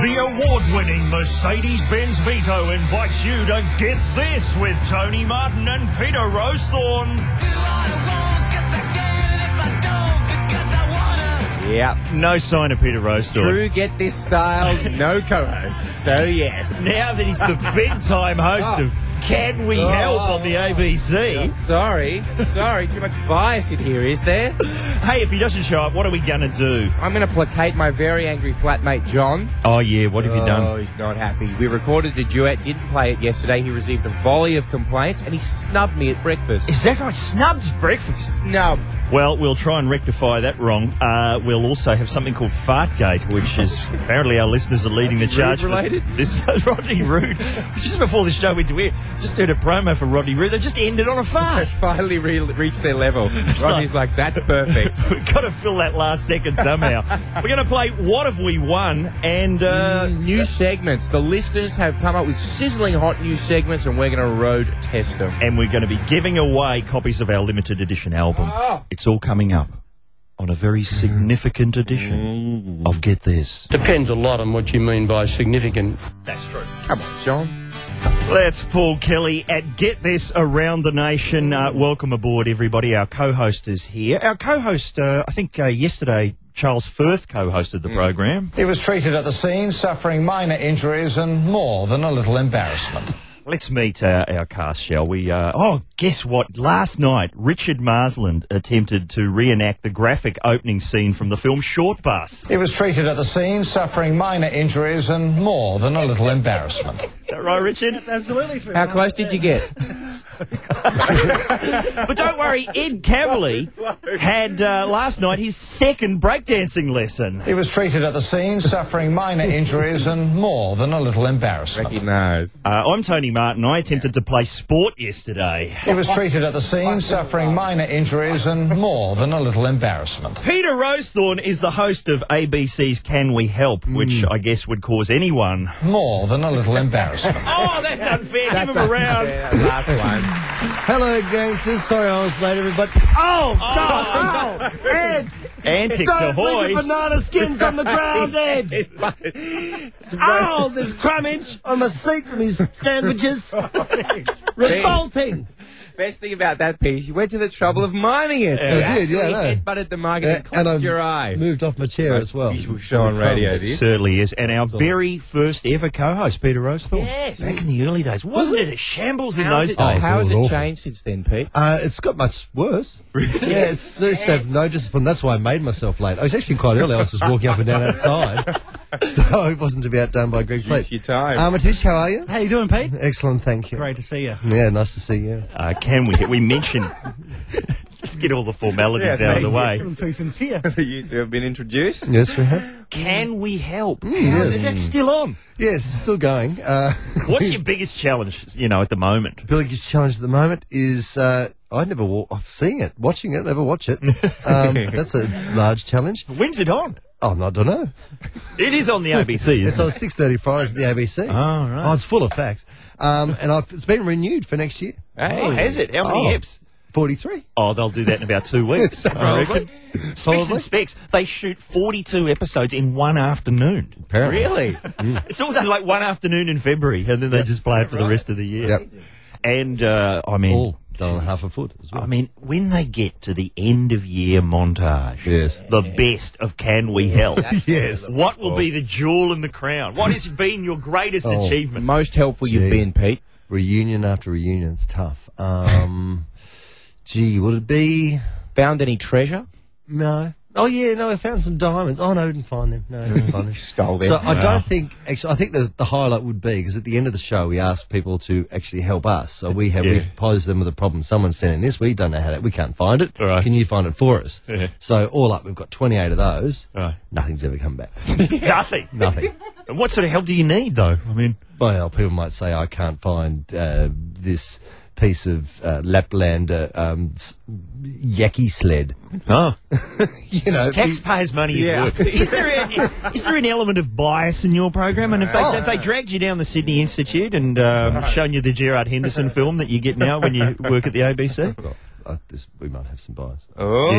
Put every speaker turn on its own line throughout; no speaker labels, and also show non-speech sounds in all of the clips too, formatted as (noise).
The award winning Mercedes Benz Vito invites you to Get This with Tony Martin and Peter Rosethorn.
Yeah.
No sign of Peter Rosethorn.
True get this style, no co hosts. Oh, yes.
Now that he's the (laughs) bedtime host of Can We
Oh.
Help on the
I'm
ABC.
sorry. Sorry. Too much bias in here, is there?
Hey, if he doesn't show up, what are we going to do?
I'm going to placate my very angry flatmate, John.
Oh, yeah, what have you
Oh, he's not happy. We recorded a duet, didn't play it yesterday. He received a volley of complaints, and he snubbed me at breakfast.
Is that right? Snubbed breakfast.
Snubbed.
Well, we'll try and rectify that wrong. Uh, we'll also have something called Fartgate, which is apparently our listeners are leading the
Rodney
charge.
Roode
for
related?
This (laughs) Rodney Roode. Just before the show went to air, just heard a promo for Rodney Roode. They just ended on a
(laughs)
fart.
Finally re- reached their (laughs) level. Rodney's like, that's (laughs) perfect.
We've got to fill that last second somehow. We're going to play What Have We Won? And uh,
New segments. The listeners have come up with sizzling hot new segments, and we're going to road test them.
and we're going to be giving away copies of our limited edition album.
Oh.
It's all coming up on a very significant edition of Get This.
Depends a lot on what you mean by significant.
That's true.
Come on, John.
That's Paul Kelly at Get This Around the Nation. Uh, welcome aboard, everybody. Our co-host is here. Our co-host, uh, I think uh, yesterday, Charles Firth co-hosted the program.
He was treated at the scene, suffering minor injuries and more than a little embarrassment.
Let's meet uh, our cast, shall we? Uh, oh, guess what? Last night, Richard Marsland attempted to reenact the graphic opening scene from the film Short Bus.
He was treated at the scene, suffering minor injuries and more than a little embarrassment.
Is that right, Richard?
Absolutely true.
How close did you get?
but don't worry, Ed Cavalier had uh, last night his second breakdancing lesson.
He was treated at the scene, suffering minor injuries and more than a little embarrassment.
He knows.
Uh, I'm Tony Martin. I attempted to play sport yesterday.
He was treated at the scene, suffering minor injuries and more than a little embarrassment.
Peter Rosethorn is the host of ABC's Can We Help, which I guess would cause anyone.
More than a little embarrassment.
Oh, that's unfair. Give him a round.
last one.
Hello, gangsters. Sorry I was late, everybody. Oh, no, no. Ed,
Antics
don't
ahoy.
leave the banana skins on the
(laughs)
ground, Ed.
(laughs)
oh, there's crummage on my seat from his
(laughs)
sandwiches. Revolting.
Best thing about that piece, you went to the trouble of miming it.
I did, yeah, I know.
It butted the market and
and I
clenched your eye.
moved off my chair as well.
Visual show on radio,
It
this.
certainly is. And our very first ever co host, Peter Rosethorn.
Yes.
Back in the early days. Wasn't it Oh. a shambles in
How has
those
it,
days?
how has it
awful.
changed since then, Pete?
Uh, it's got much worse. Yeah, it's, I used to have no discipline. That's why I made myself late. I was actually quite early. I was just walking up and down outside.
(laughs)
So I wasn't to be outdone by Greg Fleet.
your time.
Armitage, Uh, how are you?
How you doing, Pete?
Excellent, thank you.
to see you.
Yeah, nice to see you.
Uh, can we? We mentioned. (laughs) Just get all the formalities
Yeah,
out of the
amazing.
way.
too sincere.
(laughs) you two have been introduced.
Yes, we have.
Can we help?
Mm, yes.
Is that still on?
Yes, it's still going. Uh, (laughs)
What's your biggest challenge, you know, at the moment?
biggest challenge at the moment is uh, I never wa- I've seen it, watching it, never watch it. Um, that's a large challenge.
When's it on?
Oh, no, I don't know.
It is on the
(laughs)
ABC,
It's
isn't
on
it?
six thirty Fridays at the ABC. Oh,
right.
it's full of facts, um, and I've, it's been renewed for next year.
Hey, has it? How many
Oh.
eps?
Forty-three.
Oh, they'll do that in about two
(laughs)
weeks, I reckon. Specs
Probably.
and Specs, they shoot 42 episodes in one afternoon.
Apparently.
Really?
(laughs) It's all done like one afternoon in February, and then they just play it for the rest of the year.
Yep.
And, uh, I mean,
All done on half a foot as well.
I mean, when they get to the end of year montage,
Yes.
the best of Can We Help?
Yes.
What will be the jewel in the crown? What has been your greatest (laughs)
Oh.
achievement?
Most helpful
Gee.
you've been, Pete.
Reunion after reunion, it's tough. Um, (laughs) gee, would it be?
Found any treasure?
No. Oh yeah, no, I found some diamonds. Oh no, I didn't find them. No, I didn't
(laughs)
find them.
Stole them.
So I don't think actually. I think the, the highlight would be because at the end of the show we ask people to actually help us. So we have
Yeah.
we pose them with a problem. Someone's sending this. We don't know how that. We can't find it.
All right.
Can you find it for us?
Yeah.
So all up, we've got twenty eight of those.
All right.
Nothing's ever come back. (laughs)
Nothing.
Nothing.
And what sort of help do you need, though? I mean,
Well, people might say I can't find uh, this piece of uh, Laplander um, s- yaki sled. (laughs)
oh.
You know,
taxpayers' money at work. Is there, a, (laughs) is there an element of bias in your program? And if they, if they dragged you down the Sydney (laughs) Institute and um, shown you the Gerard Henderson film that you get now when you work at the ABC?
I this, we might have some bias.
Oh.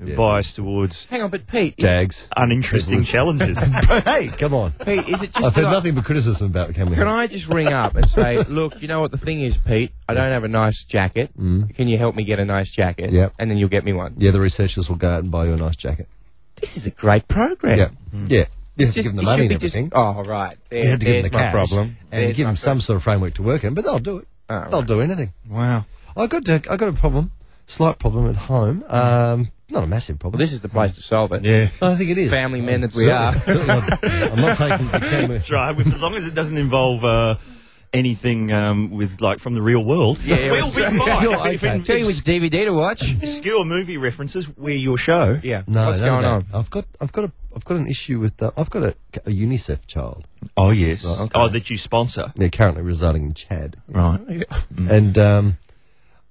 Yeah. Bias towards
Hang on, but Pete,
Dags.
uninteresting challenges.
hey, come on.
Pete, is it just
I've
that
heard
I-
nothing but criticism about Cameron.
Can I just ring up and say, look, you know what the thing is, Pete? I don't have a nice jacket. Can you help me get a nice jacket?
Mm. Yep.
And then you'll get me one.
Yeah, the researchers will go out and buy you a nice jacket.
This is a great program.
Yeah, yeah. You have
It's
to
Hmm. just,
give them the
you
money
should
and
be just-
everything.
oh, right. There,
you have to give
there's
them the
my
cash
problem.
and
There's
give
my
them some
problem. Oh,
sort of framework to work in, but they'll do it.
right.
They'll do anything.
wow.
I got uh, I got a problem, slight problem at home. Um, not a massive problem.
Well, this is the place to solve
(laughs)
it.
Yeah.
I think it is.
Family men that we are.
Certainly- certainly I'm not taking
(laughs)
the camera.
That's right. With, as long as it doesn't involve uh, anything um, with like from the real world,
Yeah,
we'll
well,
be fine.
sure,
If- if-
okay.
if
Tell you which DVD to (laughs) watch.
obscure movie references, we're your show.
yeah.
No,
What's
none of
going on?
that. I've got I've got a I've got an issue with uh, I've got a, a UNICEF child.
Oh yes. Oh, that you sponsor.
They're currently residing in Chad,
Right.
and um,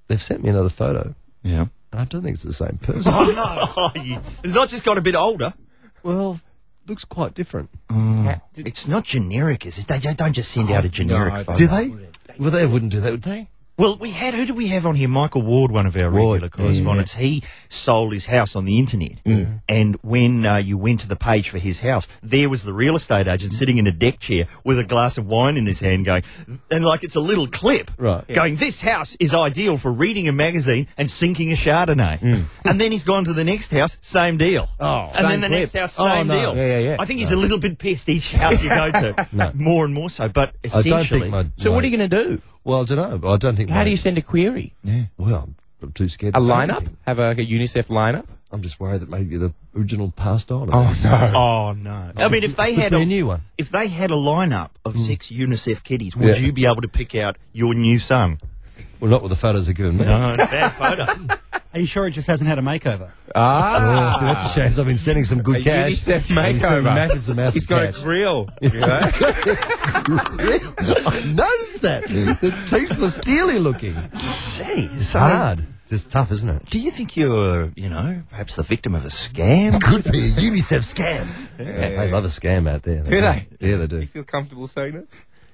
they've sent me another photo,
Yeah.
and I don't think it's the same person.
Oh no! (laughs) you, it's not just got a bit older.
(laughs) well, looks quite different.
It's not generic, is it? They don't, don't just send out a generic
no,
photo.
Do they? Well, they wouldn't do that, would they?
Well, we had who do we have on here? Michael Ward, one of our regular correspondents. He sold his house on the internet,
Mm.
and when uh, you went to the page for his house, there was the real estate agent sitting in a deck chair with a glass of wine in his hand, going, and like it's a little clip,
Right.
Going, this house is ideal for reading a magazine and sinking a Chardonnay, and then he's gone to the next house, same deal.
Mm. Oh.
and then
Same
the
clip.
next house,
Oh,
same
no.
deal.
Yeah, yeah, yeah.
I think he's a little bit pissed each house you go
(laughs)
to, more and more so. But
I
essentially,
don't think my.
So what are you going to do?
Well, I don't know. I don't think.
How
my-
do you send a query?
Well, I'm too scared.
A
to say
lineup?
anything.
Have a, like a UNICEF lineup?
I'm just worried that maybe the original passed on. (laughs)
no.
Oh no! I mean, if they
Could
had
be
a
a new one. Hmm.
if they had a lineup of six UNICEF kiddies, would
Yeah.
you be able to pick out your new son?
Well, not with the photos they're giving me. (laughs)
No, bad photo.
(laughs) Are you sure it just hasn't had a makeover?
Ah.
Oh, so that's a shame. So I've been sending some good
A
cash.
UNICEF
I've been
makeover.
sending Matters
(laughs)
amount
He's
of
got
cash.
a grill. You know?
(laughs) I noticed that. The teeth were steely looking.
Gee, so
Hard. It's just tough, isn't it?
do you think you're, you know, perhaps the victim of a scam?
(laughs) Could be a UNICEF scam. They love a scam out there.
Do they?
Yeah, they do.
you feel comfortable saying that?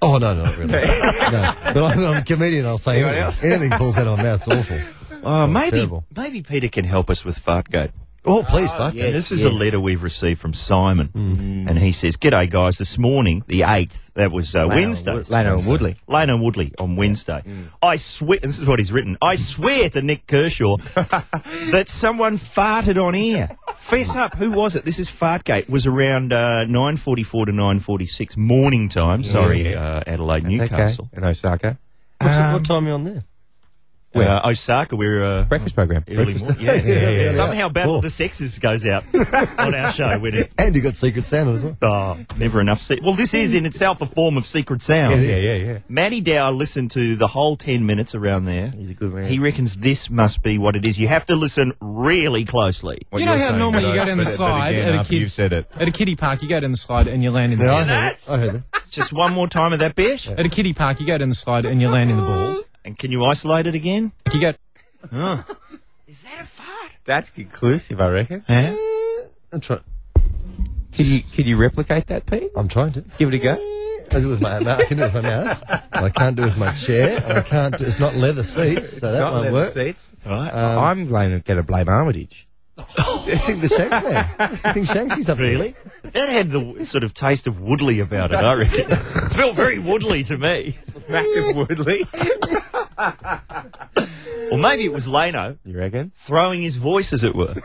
Oh, no, (laughs) no, not really. no. But I'm, I'm a comedian. I'll say
Anyone
anything. anything falls out of my mouth's awful.
Oh, maybe
terrible.
maybe Peter can help us with Fartgate.
(laughs) Oh, please, fuck
yes. Mm.
this is a letter we've received from Simon, and he says, "G'day guys, this morning, the eighth, that was uh, Wednesday,
Lano and Woodley. Mm.
Lane and Woodley on Wednesday. I swear, this is what he's written. I swear to Nick
(laughs)
Kershaw that someone farted on air. Fess up, who was it? This is Fartgate. It was around uh, 9.44 to 9.46 morning time. Sorry, uh, Adelaide, Newcastle.
Okay. In Osaka.
What's it- what time are you on there?
Uh, Osaka, we're... Uh,
Breakfast program.
Early morning. Yeah, yeah,
(laughs)
Yeah,
yeah,
yeah.
Somehow Battle
Cool.
of the Sexes goes out on our show when it,
And you got Secret Santa as well.
Oh, never enough. Se- well, this is in itself a form of secret sound.
Yeah, yeah, yeah.
Matty Dow listened to the whole 10 minutes around there. He's
a good man.
He reckons this must be what it is. You have to listen really closely.
You know how normally you go down the slide at a
You've
kid's
said it.
at a kiddie park, you go down the slide and you land in the
Yeah, I
ball.
heard it. I heard it.
Just one more time of that bit.
At a kiddie park, you go down the slide and you land in the balls.
And can you isolate it again?
You go.
Is that a fart?
That's conclusive, I reckon.
Yeah.
I'm, try-
Can you, can you replicate that, Pete?
I'm trying to.
Give it a go.
I do it with my mouth. I can do it with my mouth. I can't do it with my chair. And I can't. Do, it's not leather seats, so that
Not
won't
leather
work.
seats.
Right.
I'm going to blame Armitage.
I think the Shanks there. I think Shanksy's up there.
really? That had the w- sort of taste of Woodley about it,
(laughs)
I reckon. it felt very Woodley to me.
Back of Woodley.
Or maybe it was Leno
You reckon?
throwing his voice, as it were.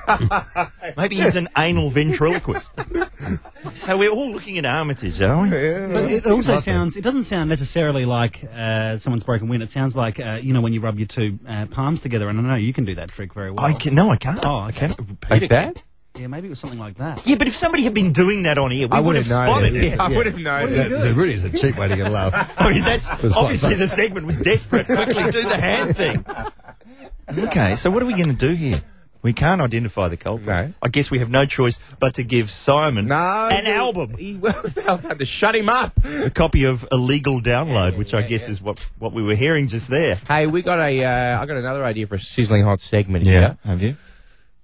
maybe he's an anal ventriloquist. so we're all looking at Armitage, aren't we?
But it also sounds, it doesn't sound necessarily like uh, someone's broken wind. It sounds like, uh, you know, when you rub your two uh, palms together, and I know you can do that trick very well.
I can, no, I can't.
Oh, I can.
Like that?
Yeah, maybe it was something like that.
Yeah, but if somebody had been doing that on air, we
I
would have
would've
spotted
noticed.
it.
I would have known.
That, that really is a cheap way to get a laugh.
I mean, (laughs) that's
was quite
obviously
funny.
the segment was desperate. Quickly do the hand thing. Okay, so what are we going to do here? We can't identify the culprit.
No.
I guess we have no choice but to give Simon
No.
an
he-
album,
He well, they'll have to shut him up.
a copy of Illegal Download, which I guess is what, what we were hearing just there.
Hey, we got a. Uh, I got another idea for a sizzling hot segment here.
have you?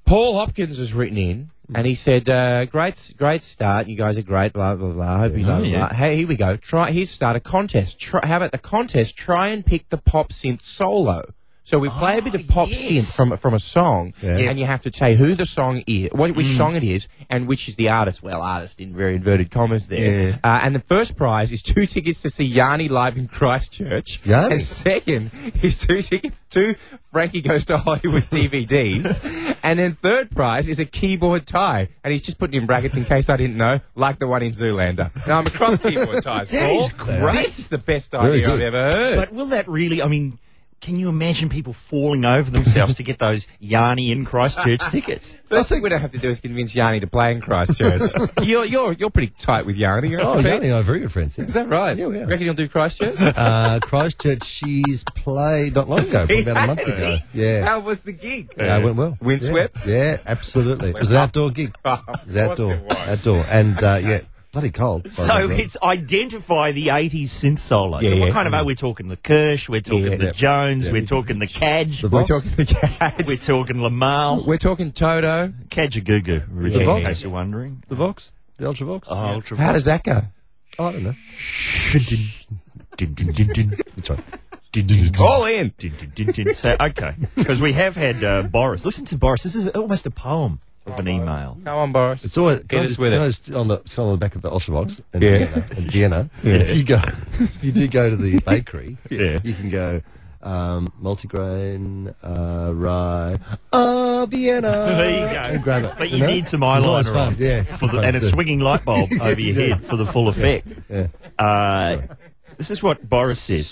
Paul Hopkins has written in and he said, uh, "Great, great start. You guys are great. Blah blah blah. Hope you know.
yeah.
blah. Hey, here we go. Try. Here's start a contest. Try, how about the contest? Try and pick the pop synth solo. So we play a bit of pop synth from from a song,
Yeah.
and you have to say who the song is, what,
Mm.
which song it is, and which is the artist. Well, artist in very inverted commas there.
Yeah.
Uh, and the first prize is two tickets to see Yanni live in Christchurch.
Yanni?
And second is two tickets, two Frankie Goes to (laughs) Hollywood DVDs. and then third prize is a keyboard tie. And he's just putting in brackets in case I didn't know, like the one in Zoolander. Now I'm across keyboard ties.
That is
Paul.
great.
This is the best
Very
idea I've
good.
ever heard.
But will that really? I mean, can you imagine people falling over themselves to get those Yarny in Christchurch tickets?
First thing we don't have to do is convince Yanni to play in (laughs) Christchurch. you're, you're, you're pretty tight with Yanni. aren't
Oh,
you,
yeah,
Pete?
yeah, very good friends. Yeah.
Is that right?
Yeah, we are.
Reckon you'll do (laughs) Christchurch?
Uh, Christchurch, she's played not long ago, probably about
(laughs)
a month
Has
ago.
he?
Yeah,
How was the gig?
yeah, it went well.
Windswept?
Yeah, yeah, absolutely. It was an outdoor gig. It was
Of course
outdoor,
it was.
outdoor, and uh, yeah, bloody cold. if I
(laughs) (laughs) So
remember right.
it's identify the 80s synth solo. so
Yeah,
what
yeah.
kind of are we talking? The Kirsch, we're talking
Yeah.
the
Yeah.
Jones, we're talking the Cadge,
The
We're
Vox?
talking the cat.
(laughs) we're talking Lamal,
We're talking Toto.
Cadjagoogoo, originally,
Vox?
in case you're wondering.
the Vox, the Ultra Vox.
Oh, Ultra
How does that go?
I don't know.
Dun, dun, dun, dun.
It's all right.
All in.
Dun, dun, dun, dun. So, okay, because we have had uh, Boris. Listen to Boris. This is almost a poem of an email.
Come on, Boris.
It's always
Hit
uh, can I
us
just-
with
can
it.
I just- on the it's on the back of the Ultravox in
Yeah.
Vienna. In Vienna If you go, if you do go to the bakery,
Yeah.
you can go um, multigrain uh, rye. Ah, Vienna.
There you go.
And grab it.
But you
know?
need some
Nice
eyeliner
one,
on.
Yeah.
For the, and a swinging light bulb over your
(laughs) Yeah.
head for the full effect.
Yeah.
Uh, this is what Boris says.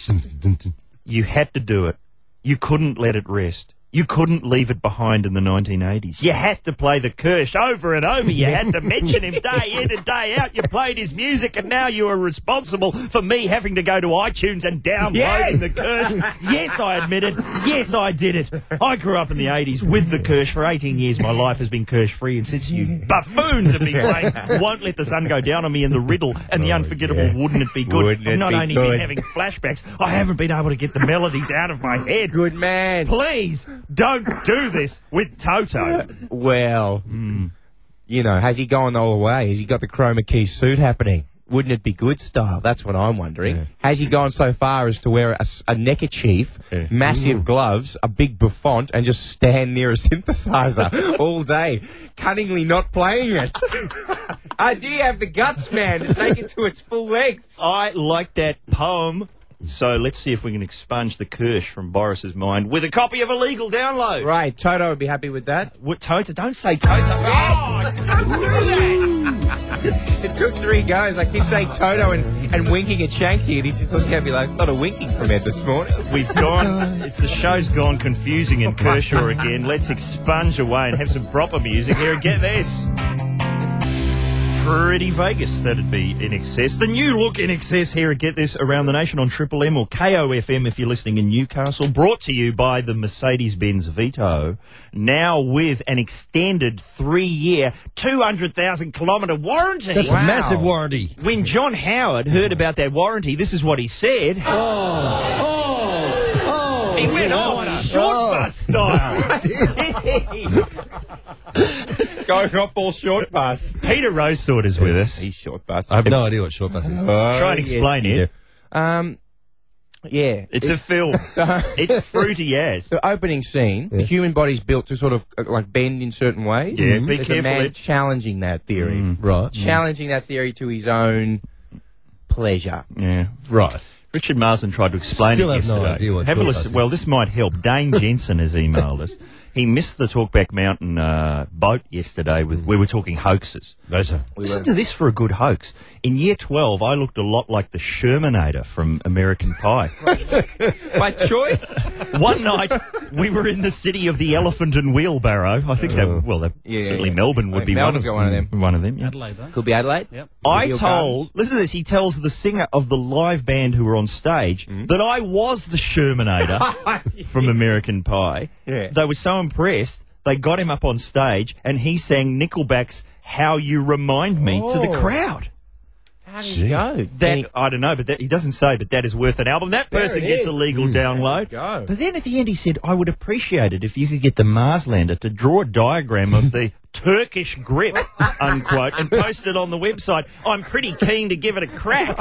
You had to do it. You couldn't let it rest. You couldn't leave it behind in the 1980s. You had to play the Kirsch over and over. You had to mention him day in and day out. You played his music, and now you are responsible for me having to go to iTunes and downloading
Yes!
the Kirsch. Yes, I admit it. Yes, I did it. I grew up in the 80s with the Kirsch for 18 years. My life has been Kirsch free, and since you buffoons have been playing, won't let the sun go down on me and the riddle and the unforgettable, wouldn't it be good?
Oh, Wouldn't
I've not
it be
only
good?
been having flashbacks, I haven't been able to get the melodies out of my head.
Good man.
Please don't do this with Toto.
Well, you know, has he gone all the way? Has he got the chroma key suit happening? Wouldn't it be good style? That's what I'm wondering. Has he gone so far as to wear a, s- a neckerchief, massive gloves, a big buffont, and just stand near a (laughs) synthesizer all day, cunningly not playing it? (laughs) I do have the guts, man, to take it to its full length.
I like that poem. So let's see if we can expunge the Kirsch from Boris's mind with a copy of a legal download.
Right, Toto would be happy with that.
What, Toto, don't say Toto. Oh, don't do that.
It took three goes. I keep saying Toto and, and winking at Shanksy, and he's just looking at me like, not a winking from Ed this morning.
We've gone. It's the show's gone confusing in Kershaw again. Let's expunge away and have some proper music here. and Get this. Pretty Vegas, that'd be in excess. The new look in excess here at Get This Around the Nation on Triple M or KOFM if you're listening in Newcastle. Brought to you by the Mercedes Benz Vito. Now with an extended three year, 200,000 kilometre warranty.
That's a massive warranty.
When John Howard heard about that warranty, this is what he said. Oh, oh, he went on a short
Oh.
bus style.
(laughs) going off all short bus.
Peter Rosesort is with us.
He's short bus.
I have no idea what short bus is.
Oh,
Try and explain it.
Um, yeah.
It's a
(laughs)
film. it's fruity as.
the opening scene, the human body's built to sort of uh, like bend in certain ways.
Yeah, be
There's a
careful,
man
Ed.
challenging that theory,
Right.
challenging that theory to his own pleasure.
Yeah.
Right.
Richard Marsden tried to explain
Still
it
have no
yesterday.
idea what
have a
short
listen.
bus is.
Well, this might help. Dane Jensen has emailed us. He missed the Talkback Mountain uh, boat yesterday. With we were talking hoaxes.
No, sir.
Listen to this for a good hoax. In year 12, I looked a lot like the Shermanator from American Pie.
By choice,
One night, we were in the city of the Elephant and Wheelbarrow. I think
Uh.
that, well, that,
Yeah, yeah,
certainly
yeah.
Melbourne would
I think
be
Melbourne's
one,
got one of
mm, One of them, yeah.
Adelaide, though.
(laughs) could be Adelaide.
Yep.
I
Real
told,
guns.
listen to this, he tells the singer of the live band who were on stage
Hmm?
that I was the
(laughs)
Shermanator from American Pie.
Yeah.
They were so impressed, they got him up on stage and he sang Nickelback's How You Remind Me to the
Oh.
crowd.
How did you go?
That
Any-
I don't know, but that, he doesn't say. But that is worth an album. That
There
person
it
gets
is.
a legal download.
There you go.
But then at the end, he said, "I would appreciate it if you could get the Mars lander to draw a diagram of the Turkish grip, unquote, and posted on the website. I'm pretty keen to give it a
(laughs)
crack.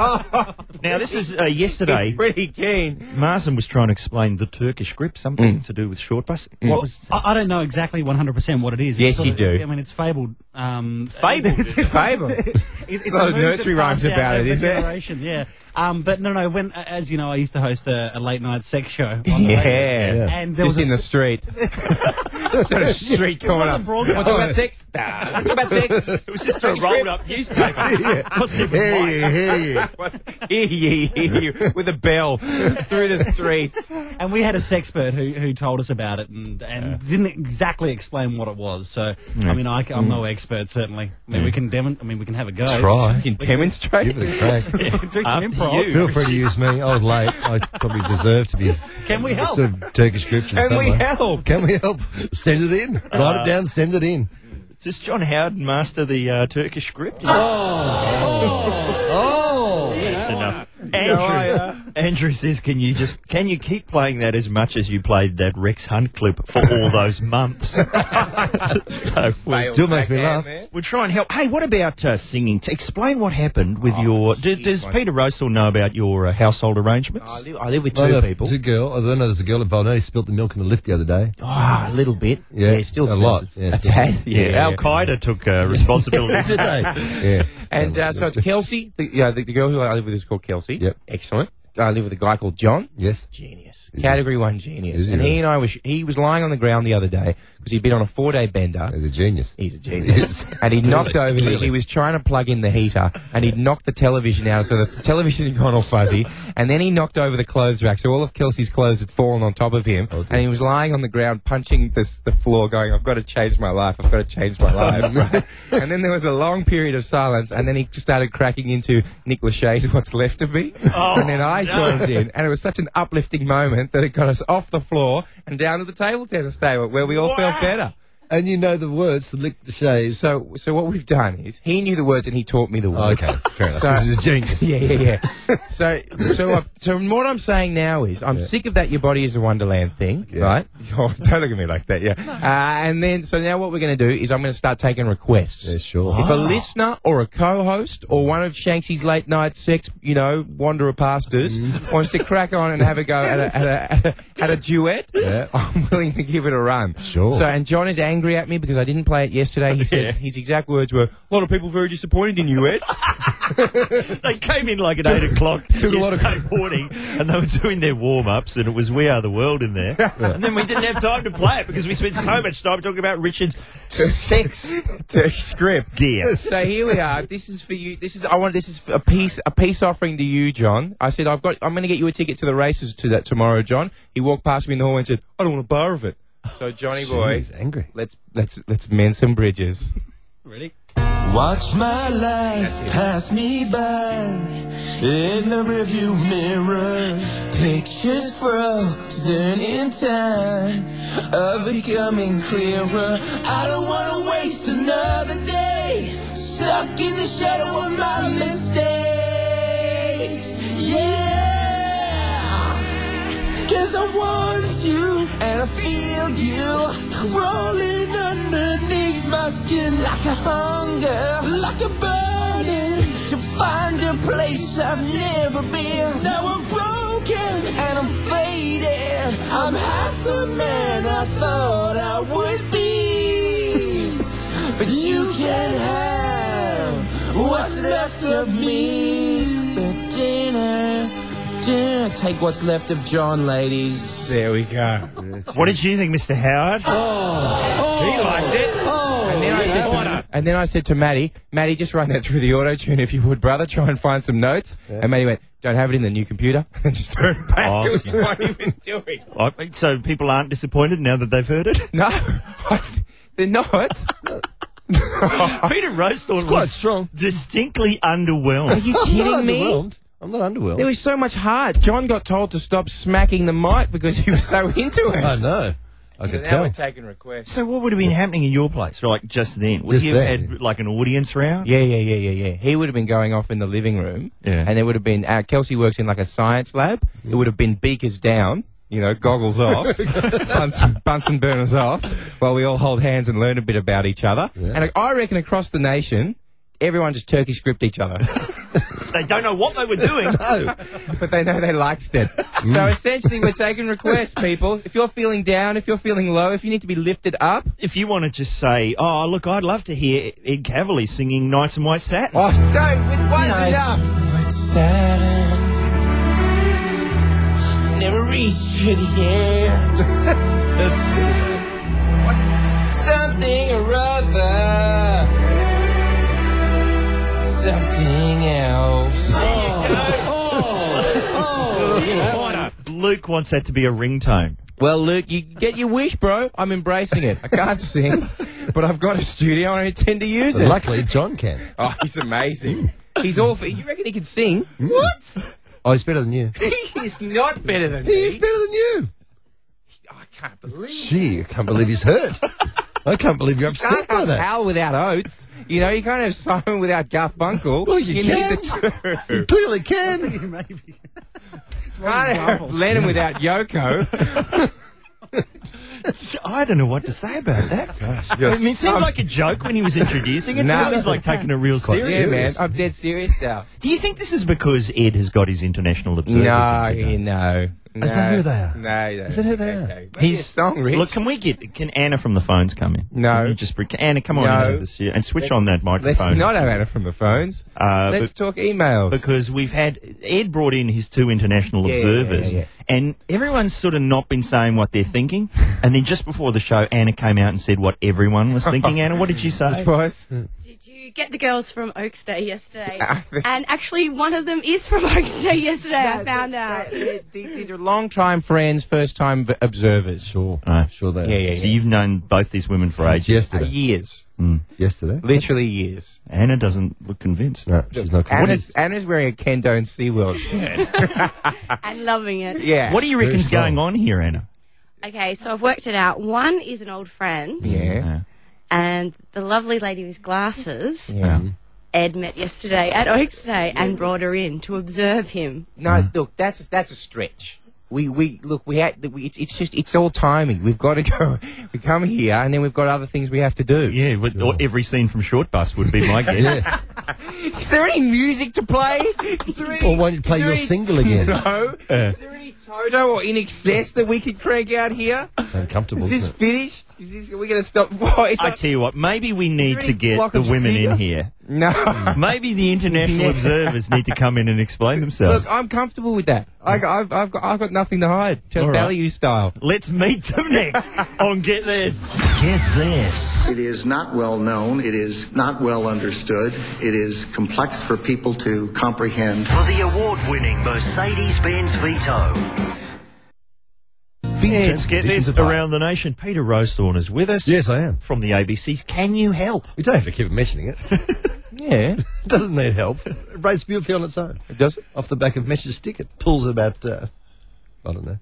now, this is uh, yesterday.
Pretty keen.
Marson was trying to explain the Turkish grip, something to do with short bus. What was
I, I don't know exactly 100% what it is.
Yes,
It's sort
you
of-
do.
I mean, it's fabled. Um,
(laughs) fabled? is it?
Fable. (laughs)
(laughs) It, it's
lot of
move that's
nursery rhymes
passed down
about it,
over
is there?
Generation, yeah. Um, but no, no. When, uh, as you know, I used to host a, a late night sex show. On
(laughs)
the
Yeah.
radio.
Yeah.
and there
Just
was
in
a
the
s- (laughs)
street. Just on a street corner.
wasn't Broadway.
What's about sex? Nah. What's about sex?
(laughs) It was
(laughs)
just a rolled up newspaper. Wasn't even
Hear
white.
you, hear you.
What's- Hear ye, hear you, With a bell through the streets.
and we had a sexpert who who told us about it and and didn't exactly explain what it was. So I mean, I, am no expert certainly. I mean, we can demon- I mean, we can have a
(laughs)
go.
Try.
You can demonstrate.
Give it a crack.
Do some improv.
Feel free to use me. I was late. I probably deserve to be.
Can we help?
Some Turkish scripture
Can we
somewhere.
help?
Can we help? Send it in. Write it down. Send it in.
Does John Howard master the uh, Turkish script?
Oh,
That's enough. Andrew,
uh,
Andrew says, "Can you just can you keep playing that as much as you played that Rex Hunt clip for
(laughs)
all those months?" so we'll,
still makes me laugh.
we'll try and help. Hey, what about uh, singing? T- explain what happened with
Oh,
your. Do, does Peter Rosal know about your uh, household arrangements?
I live, I live with two
Well, the-
people.
Two girl. I don't know. There's a girl involved. I only spilt the milk in the lift the other day.
Ah, a little bit.
Yeah,
Yeah, it still
a
smells.
lot.
It's
Yeah,
a
still-
tad.
(laughs) yeah, Al Qaeda took uh,
(laughs)
responsibility.
(laughs) Did they? (laughs) Yeah.
And uh, so it's
(laughs)
Kelsey. The, yeah, the, the girl who I live with is called Kelsey.
Yep.
Excellent. I live with a guy called John.
Yes.
Genius. Category one genius.
Is he
and
really?
he and I was he was lying on the ground the other day because he'd been on a four day bender.
He's a genius.
He's a genius. and he knocked over, the, he was trying to plug in the heater and he knocked the television out, so the television had gone all fuzzy. And then he knocked over the clothes rack, so all of Kelsey's clothes had fallen on top of him. and he was lying on the ground, punching this, the floor, going, I've got to change my life, I've got to change my (laughs) life. Right? and then there was a long period of silence, and then he started cracking into Nick Lachey's What's Left of Me. and then I joined in, and it was such an uplifting moment that it got us off the floor and down to the table tennis table where we all felt better.
And you know the words to lick the shades.
So, so what we've done is he knew the words and he taught me the
Oh,
words.
okay, fair enough.
So-
He's a
(laughs)
genius.
yeah, yeah, yeah. so, so, I've, so what I'm saying now is I'm sick of that. Your body is a wonderland thing, right? (laughs) Oh, don't look at me like that. Yeah. (laughs) Uh, and then, so now what we're going to do is I'm going to start taking requests.
Yeah, sure.
If a listener or a co-host or one of Shanksy's late night sex, you know, wanderer pastors (laughs) wants to crack on and have a go at a, at a, at a, at a duet,
Yeah.
(laughs) I'm willing to give it a run.
Sure.
So, and John is angry at me because I didn't play it yesterday. He said (laughs) his exact words were, "A lot of people very disappointed in you, Ed."
they came in like at eight o'clock took
a lot of-
morning, and they were doing their warm ups, and it was "We Are the World" in there, and then we didn't have time to play it because we spent so much time talking about Richard's sex
(laughs) to script.
gear.
So here we are. This is for you. This is I want. This is a peace. A peace offering to you, John. I said I've got. I'm going to get you a ticket to the races to that tomorrow, John. He walked past me in the hall and said, "I don't want a bar of it." So Johnny boy,
He's angry.
let's let's let's mend some bridges.
Ready?
Watch my life pass me by in the rearview mirror. Pictures frozen in time are becoming clearer. I don't want to waste another day stuck in the shadow of my mistakes. Yeah. Cause I want you and I feel you crawling underneath my skin like a hunger, like a burning to find a place I've never been. Now I'm broken and I'm faded. I'm half the man I thought I would be. But you can't have what's left of me. But dinner, dinner. Take what's left of John, ladies.
There we go.
What did you think, Mr. Howard? he liked it.
And then, I said to, and then I said to Maddie, Maddie, just run that through the auto tune if you would, brother. Try and find some notes. And Maddie went, don't have it in the new computer. (laughs) And just turned back
Oh.
to what he was doing.
I mean, So people aren't disappointed now that they've heard it.
No, (laughs) they're not.
(laughs) Peter Rosethorne
quite
was
strong.
distinctly underwhelmed.
you
(laughs) I'm not underwhelmed. I'm not underwhelmed.
There was so much heart. John got told to stop smacking the mic because he was so into it.
I know. I
So
could
now
tell.
we're taking requests.
So what would have been happening in your place, like just then? Would
Just
you have
then.
had like an audience round?
Yeah, yeah, yeah, yeah, yeah. He would have been going off in the living room.
Yeah.
And there would have been, uh, Kelsey works in like a science lab. It would have been beakers down. you know, goggles off, Bunsen, Bunsen burners off, while we all hold hands and learn a bit about each other. And I I reckon across the nation, everyone just Turkish gripped each other.
They don't know what they were doing.
Oh,
but they know they likes it. So essentially, we're taking requests, people. If you're feeling down, if you're feeling low, if you need to be lifted up,
if you want to just say, oh, look, I'd love to hear Ed Cavalier singing Nights in White Satin.
oh, don't with one
Nights
enough.
white satin. Never reach to the end. Something or other. Something else.
Minor. Luke wants that to be a ringtone.
Well, Luke, you get your wish, bro. I'm embracing it. I can't sing, but I've got a studio and I intend to use it.
Luckily, John can.
Oh, he's amazing. He's awful. You reckon he can sing?
What? Oh, he's better than you.
He's not better than
He's
me.
better than you.
I can't believe.
Gee, I can't believe he's hurt. I can't believe you're
You (laughs)
upset
can't
by
have
that.
Hal without Oates. You know, you can't have Simon without Garfunkel.
Well, you
need
can. (laughs)
the two.
You
(laughs)
clearly can.
Maybe.
Can't have Lennon without
(laughs)
Yoko.
I don't know what to say about
(laughs)
that. I mean, it seemed like a joke when he was introducing it.
Nah.
now he's like taking it real serious.
yeah, man. I'm dead serious now.
Do you think this is because Ed has got his international observers?
No,
in
you
today?
know.
Is that who they are?
No,
Is that who they are?
He's song rich.
Look, can we get? Can Anna from the phones come in?
No.
Can you just bring- Anna, come on
No.
out of this here and switch on that
Let's
microphone.
not have Anna from the phones.
Uh,
Let's
but-
talk emails.
because we've had Ed brought in his two international
Yeah,
observers,
yeah, yeah.
and everyone's sort of not been saying what they're
(laughs)
thinking. And then just before the show, Anna came out and said what everyone was thinking. Anna, what did you say?
(laughs) Boys,
Did you get the girls from Oaks Day yesterday? and actually, one of them is from Oaks Day yesterday, I found out.
these, these are long-time friends, first-time v- observers. Sure.
Uh,
Sure they are.
(laughs) Yeah, yeah, yeah.
So you've known both these women for
It's
ages.
Uh,
yesterday.
years.
Yesterday?
Literally years.
Anna doesn't look convinced.
No, she's not convinced.
Anna's, Anna's wearing a Ken Don't See World shirt.
And loving it.
yeah.
What do you
Very
reckon's
strong.
going on here, Anna?
Okay, so I've worked it out. One is an old friend,
Yeah.
and the lovely lady with glasses,
Yeah.
Ed met yesterday at Oaks Day and brought her in to observe him.
No, look, that's that's a stretch. We we look, we had we, it's it's just it's all timing. We've got to (laughs) go. We come here, and then we've got other things we have to do.
Yeah, but or every scene from Short Bus would be my
(laughs)
guess.
Is there any music to play? Is there any,
Or why don't you play
is there
your
any-
single again?
No. Is there any Toto or In Excess that we could crank out here?
It's uncomfortable,
Is this
isn't
finished? Is this, are we going to stop? (laughs) Whoa, it's
I
on-
tell you what, maybe we need
there
to
any
get
block
the
of
women
Sega?
in here.
(laughs)
no.
Maybe the
(laughs)
international observers need to come in and explain themselves.
Look, I'm comfortable with that. I, I've, I've, got, I've got nothing to hide. Tell
All right.
value style.
Let's meet them (laughs) next on Get This. Get This.
It is not well known. It is not well understood. It is complex for people to comprehend.
For the award winning Mercedes Benz Vito.
it? Feeds
Let's
Johnson,
get
Dickens
this
apart.
around the nation. Peter Rosethorn is with us.
Yes, I am.
From the ABC's Can You Help?
We don't have to keep mentioning it. it (laughs)
Yeah.
doesn't need help. It rates beautifully on its own.
Does it?
Off the back of Mesh's stick, it pulls about, uh, I don't know,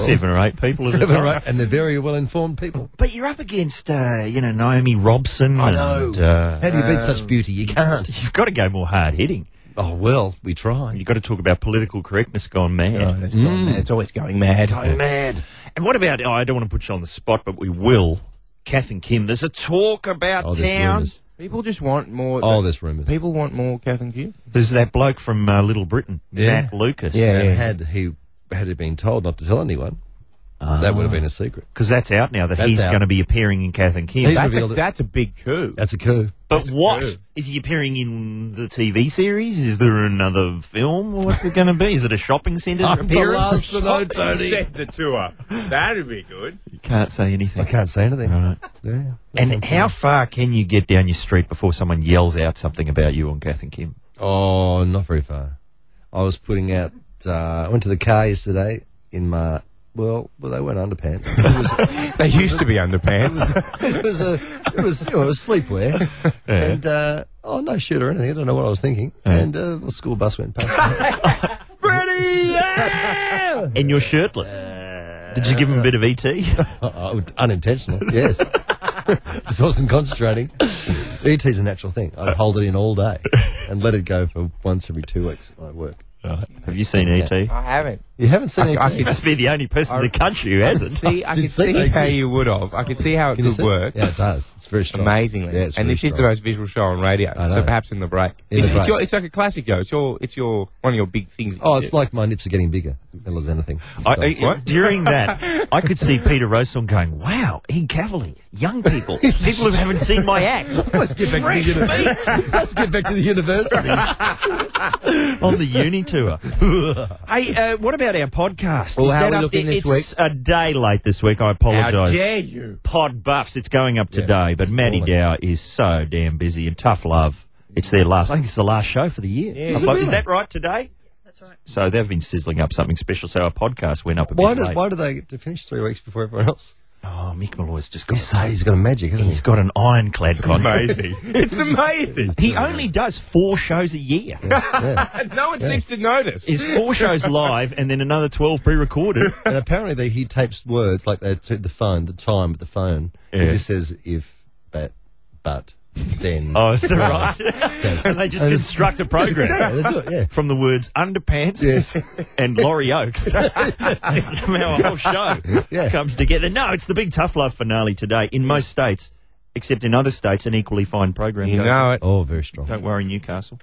Seven or eight people. Is it?
seven or eight, and they're very well informed people.
But you're up against, uh, you know, Naomi Robson. I know. And, uh,
How do you beat
Um,
such beauty? You can't.
you've got to go more hard hitting.
Oh, well, we try.
You've got to talk about political correctness gone mad.
It's
Mm.
gone mad. It's always going mad.
mad. And what about, oh, I don't want to put you on the spot, but we will. Kath and Kim, there's a talk about
Oh, there's
town.
rumours.
People just want more.
Oh, there's rumours.
People want more Kath and Q.
There's that bloke from uh, Little Britain,
Yeah.
Matt Lucas.
And had he had he been told not to tell anyone, that would have been a secret.
Because that's out now that
That's
he's
out.
going to be appearing in Kath and Kim.
He's
That's a,
revealed it.
that's a big coup.
That's a coup.
But what is
true.
he appearing in the TV series? Is there another film? What's it going to be? Is it a shopping centre
I'm the
appearance?
last to know, Tony.
Send a tour. That'd be good.
You can't say
I
anything.
can't say anything.
All right.
Yeah.
And how far can you get down your street before someone yells out something about you on Kath and Kim?
Oh, not very far. I was putting out. Uh, I went to the car yesterday in my. Well, well, they weren't underpants. It was, (laughs)
They used to be underpants.
it was a, it was, you know, it was sleepwear, and uh, oh, no shirt or anything. I don't know what I was thinking. And uh, the school bus went past.
And you're shirtless. Did you give him a bit of E
(laughs)
ET?
Uh, unintentional, yes. (laughs) Just wasn't concentrating. ET's a natural thing. I'd hold it in all day and let it go for once every two weeks at my work.
Have you seen E ET?
(laughs) I haven't.
You haven't seen it.
You must be the only person in the country who hasn't.
See, I can see how you would have. I can see how it
Can you
could
see?
work.
Yeah, it does. It's very strong.
Amazingly.
Yeah, it's
and
very
this is the
strong.
most visual show on radio.
I
So
know.
perhaps in the break.
In
it's, It's,
the break.
your, it's like a classic, Joe. It's your, it's your, one of your big things. (laughs)
Oh, it's like my nips are getting bigger. Middle as anything.
I,
So-
I- During that, I could
(laughs)
see Peter Rosong going, "Wow, Ian Cavalier, young people, people who haven't seen my act."
Let's get back to the university. (laughs) Let's get back to the university.
on the uni
(laughs)
tour. hey, uh, what about our podcast?
Well,
Is
how
that
are we
up
looking
there?
this
it's a day late this week. I
How
apologise.
dare you?
Pod buffs, it's going up today, but Maddie Dow is so damn busy and tough love. It's their last. I think it's the last show for the year.
Yeah.
Is,
Is it
is
really?
that right today?
That's right.
So they've been sizzling up something special. So our podcast went up a bit
Why
late.
did, why did they get to finish three weeks before everyone else?
Oh, Mick Malloy's just got.
He's, so, he's got a magic, hasn't
He's got an ironclad contract. (laughs)
it's amazing.
He only does four shows a year.
no one seems to notice.
Is four shows live and then another twelve
(laughs)
pre-recorded.
he? And apparently they, he tapes words like they to the phone, the time at the phone.
Yeah.
He just says if, but, but, then.
Oh, is that right? (laughs)
Yes.
and they just construct a
yeah,
program
they do
(laughs)
it, yeah.
from the words underpants
Yes.
(laughs) and Laurie
(laughs)
Oaks. Somehow a whole show
Yeah.
comes together. No, it's the big tough love finale today in most states, except in other states, an equally fine program.
You
goes
know
on.
it.
(laughs)
Mm.
Oh, very strong.
Don't worry, Newcastle.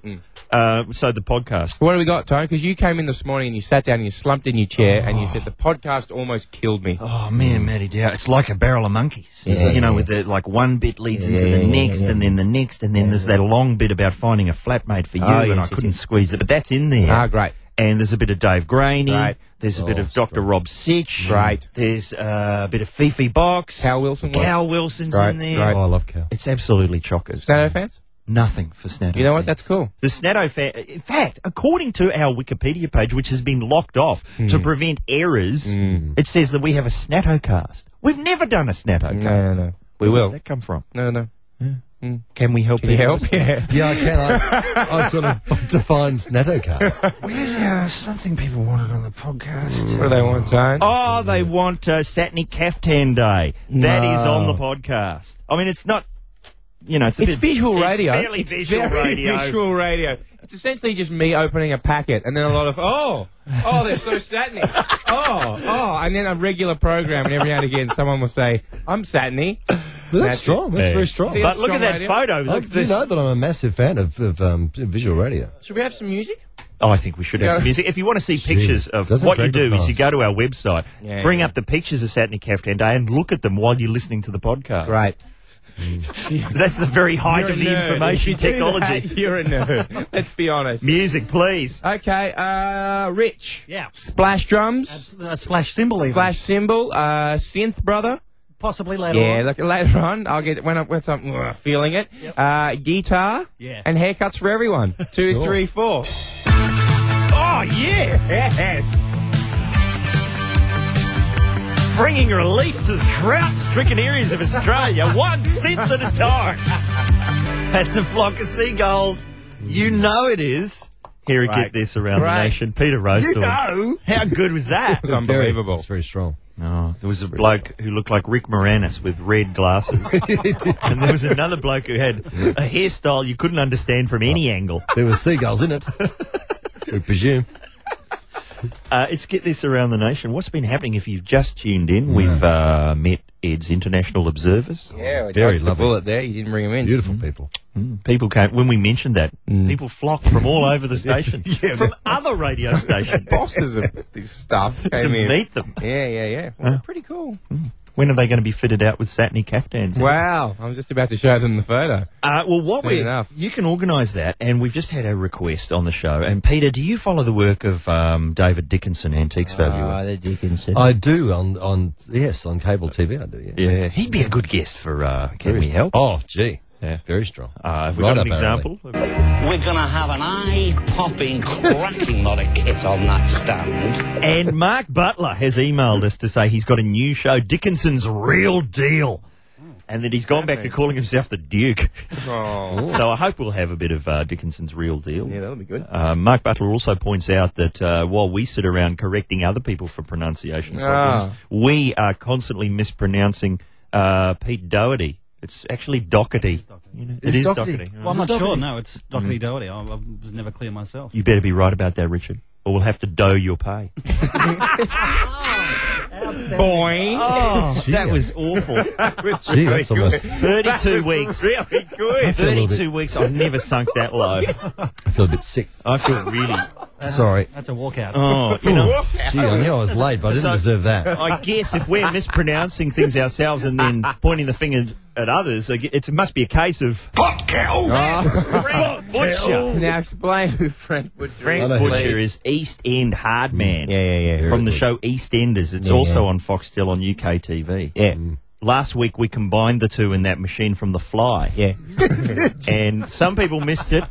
Uh, so the podcast.
What do we got, Tony? Because you came in this morning and you sat down and you slumped in your chair and you said the podcast almost killed me.
Oh
Mm.
man, Matty Dow, it's like a barrel of monkeys. you know, with the, like one bit leads into the next, and then the next, and then there's that long bit about finding a flatmate for you,
Oh,
and
yes,
I
yes,
couldn't
yes.
squeeze it. But that's in there.
Ah, great. Oh,
And there's a bit of Dave Graney.
Right.
There's a bit of Dr. Rob Sitch.
Right.
There's uh, a bit of Fifi Box.
Cal Wilson was-
Cal Wilson's
Right,
in there.
right.
Oh, I love cow.
It's absolutely chockers.
Stato fans?
Nothing for Snatto.
You know what?
fans.
That's cool.
The Snatto fan. In fact, according to our Wikipedia page, which has been locked off
Hmm.
to prevent errors, it says that we have a Snatto cast. We've never done a Snatto cast.
No, no, no. We
Where
will.
does that come from?
No, no.
Can we help
Can you
people?
(laughs) help? Yeah.
(laughs) Yeah, I can. I, I've got a defined snatto cast.
Where's uh, something people wanted on the podcast?
What do they want, Tony?
Oh, they want uh, Satnic Kaftan Day. That is on the podcast. I mean, it's not, you know, it's a
It's
bit-
visual radio.
It's fairly visual
very
radio.
(laughs) visual radio. It's essentially just me opening a packet and then a lot of, oh, oh, they're so (laughs) satiny. Oh, oh. And then a regular program and every now and again someone will say, I'm satiny.
But that's,
That's it.
strong. That's
Yeah.
very strong.
But look at that
Strong radio.
photo.
I,
Look,
you
this.
know that I'm a massive fan of, of um, visual radio.
Should we have some music?
Oh, I think we should have music. If you want to see pictures of
Doesn't
what you
Greg
do,
look
is you
nice?
go to our website,
Yeah,
bring
yeah.
up the pictures of Satnic Kaftan Day, and look at them while you're listening to the podcast.
Right.
That's the very height
You're a
of the
nerd. If (laughs) you
information
do
technology.
that, you're a nerd. Let's be honest.
Music, please.
Okay, uh, Rich.
Yeah.
Splash drums.
Uh, slash symbol even.
Splash cymbal. Uh, synth, brother.
Possibly later
Yeah,
on.
look, later on, I'll get when, I, when I'm uh, feeling it. Uh, guitar.
Yeah.
And haircuts for
(laughs)
everyone. Two,
Sure.
three, four. Oh, yes. Yes.
Bringing relief to the drought-stricken areas of Australia, one synth at a time. That's a flock of seagulls. You know it is. Here
Right.
Get This Around the
Right.
Nation, Peter Rosedorn.
know.
How good was that?
It was unbelievable.
It's very strong.
No, there was a bloke who looked like Rick Moranis with red (laughs) glasses, and there was another bloke who had a hairstyle you couldn't understand from any angle.
There were seagulls in it. (laughs) we presume.
Uh, it's get this around the nation. What's been happening? If you've just tuned in, we've uh, met Ed's international observers.
Yeah, we
Very
touched the
lovely.
bullet there. You didn't bring him in.
Beautiful people.
People came when we mentioned that. People flocked from all over (laughs) the station,
Yeah.
from other radio (laughs) stations
Bosses (laughs) of this stuff
to
came in.
meet them.
Yeah, yeah, yeah. Pretty cool.
When are they going to be fitted out with satiny caftans?
Wow. I'm just about to show them the photo.
Uh, well, what
Soon
we
enough.
you can organise that, and we've just had a request on the show. And Peter, do you follow the work of um, David Dickinson, antiques valuer?
Ah,
Oh,
the Dickinson.
I do on on yes on cable TV. I do. Yeah.
yeah, he'd be a good guest for. Uh, can we help?
Oh, gee.
Yeah.
Very strong.
Uh, have we
Right
got
up
an
our alley.
example?
We're gonna have an eye-popping, cracking lot of kit on that stand.
And Mark Butler has emailed us to say he's got a new show, Dickinson's Real Deal, and that he's gone back to calling himself the Duke.
Oh.
(laughs) So I hope we'll have a bit of uh, Dickinson's Real Deal.
Yeah, that'll be good.
Uh, Mark Butler also points out that uh, while we sit around correcting other people for pronunciation problems,
Ah.
we are constantly mispronouncing uh, Pete Doherty. It's actually Doherty. You know, it
It's
is
Doherty.
Doherty.
Well,
Well, I'm
Is
not
it
Mm. sure.
Doherty?
No, it's Doherty Doherty. I, I was never clear myself.
You better be right about that, Richard, or or we'll have to dough your pay. Boing.
Oh,
that was awful. that was
(laughs)
Gee, that's
really
almost-
good. 32
That was
weeks.
really good.
I feel a little
32
bit-
weeks. I've never sunk that low.
I feel a bit sick.
I feel really.
Sorry.
That's a walkout.
Oh, you know.
Gee, I knew I was late, but I didn't
So,
deserve that.
(laughs) I guess if we're mispronouncing things ourselves and then pointing the finger at others, I gue- it must be a case of. Fuck Butcher.
Now explain who Frank Butcher
Frank
is.
Butcher is East End Hard Man. Yeah, yeah, yeah. From the show EastEnders. It's
Yeah,
also
yeah.
on Foxtel on UK TV. Yeah. Mm. Last week we combined the two in that machine from The Fly. Yeah. (laughs) and some people missed it.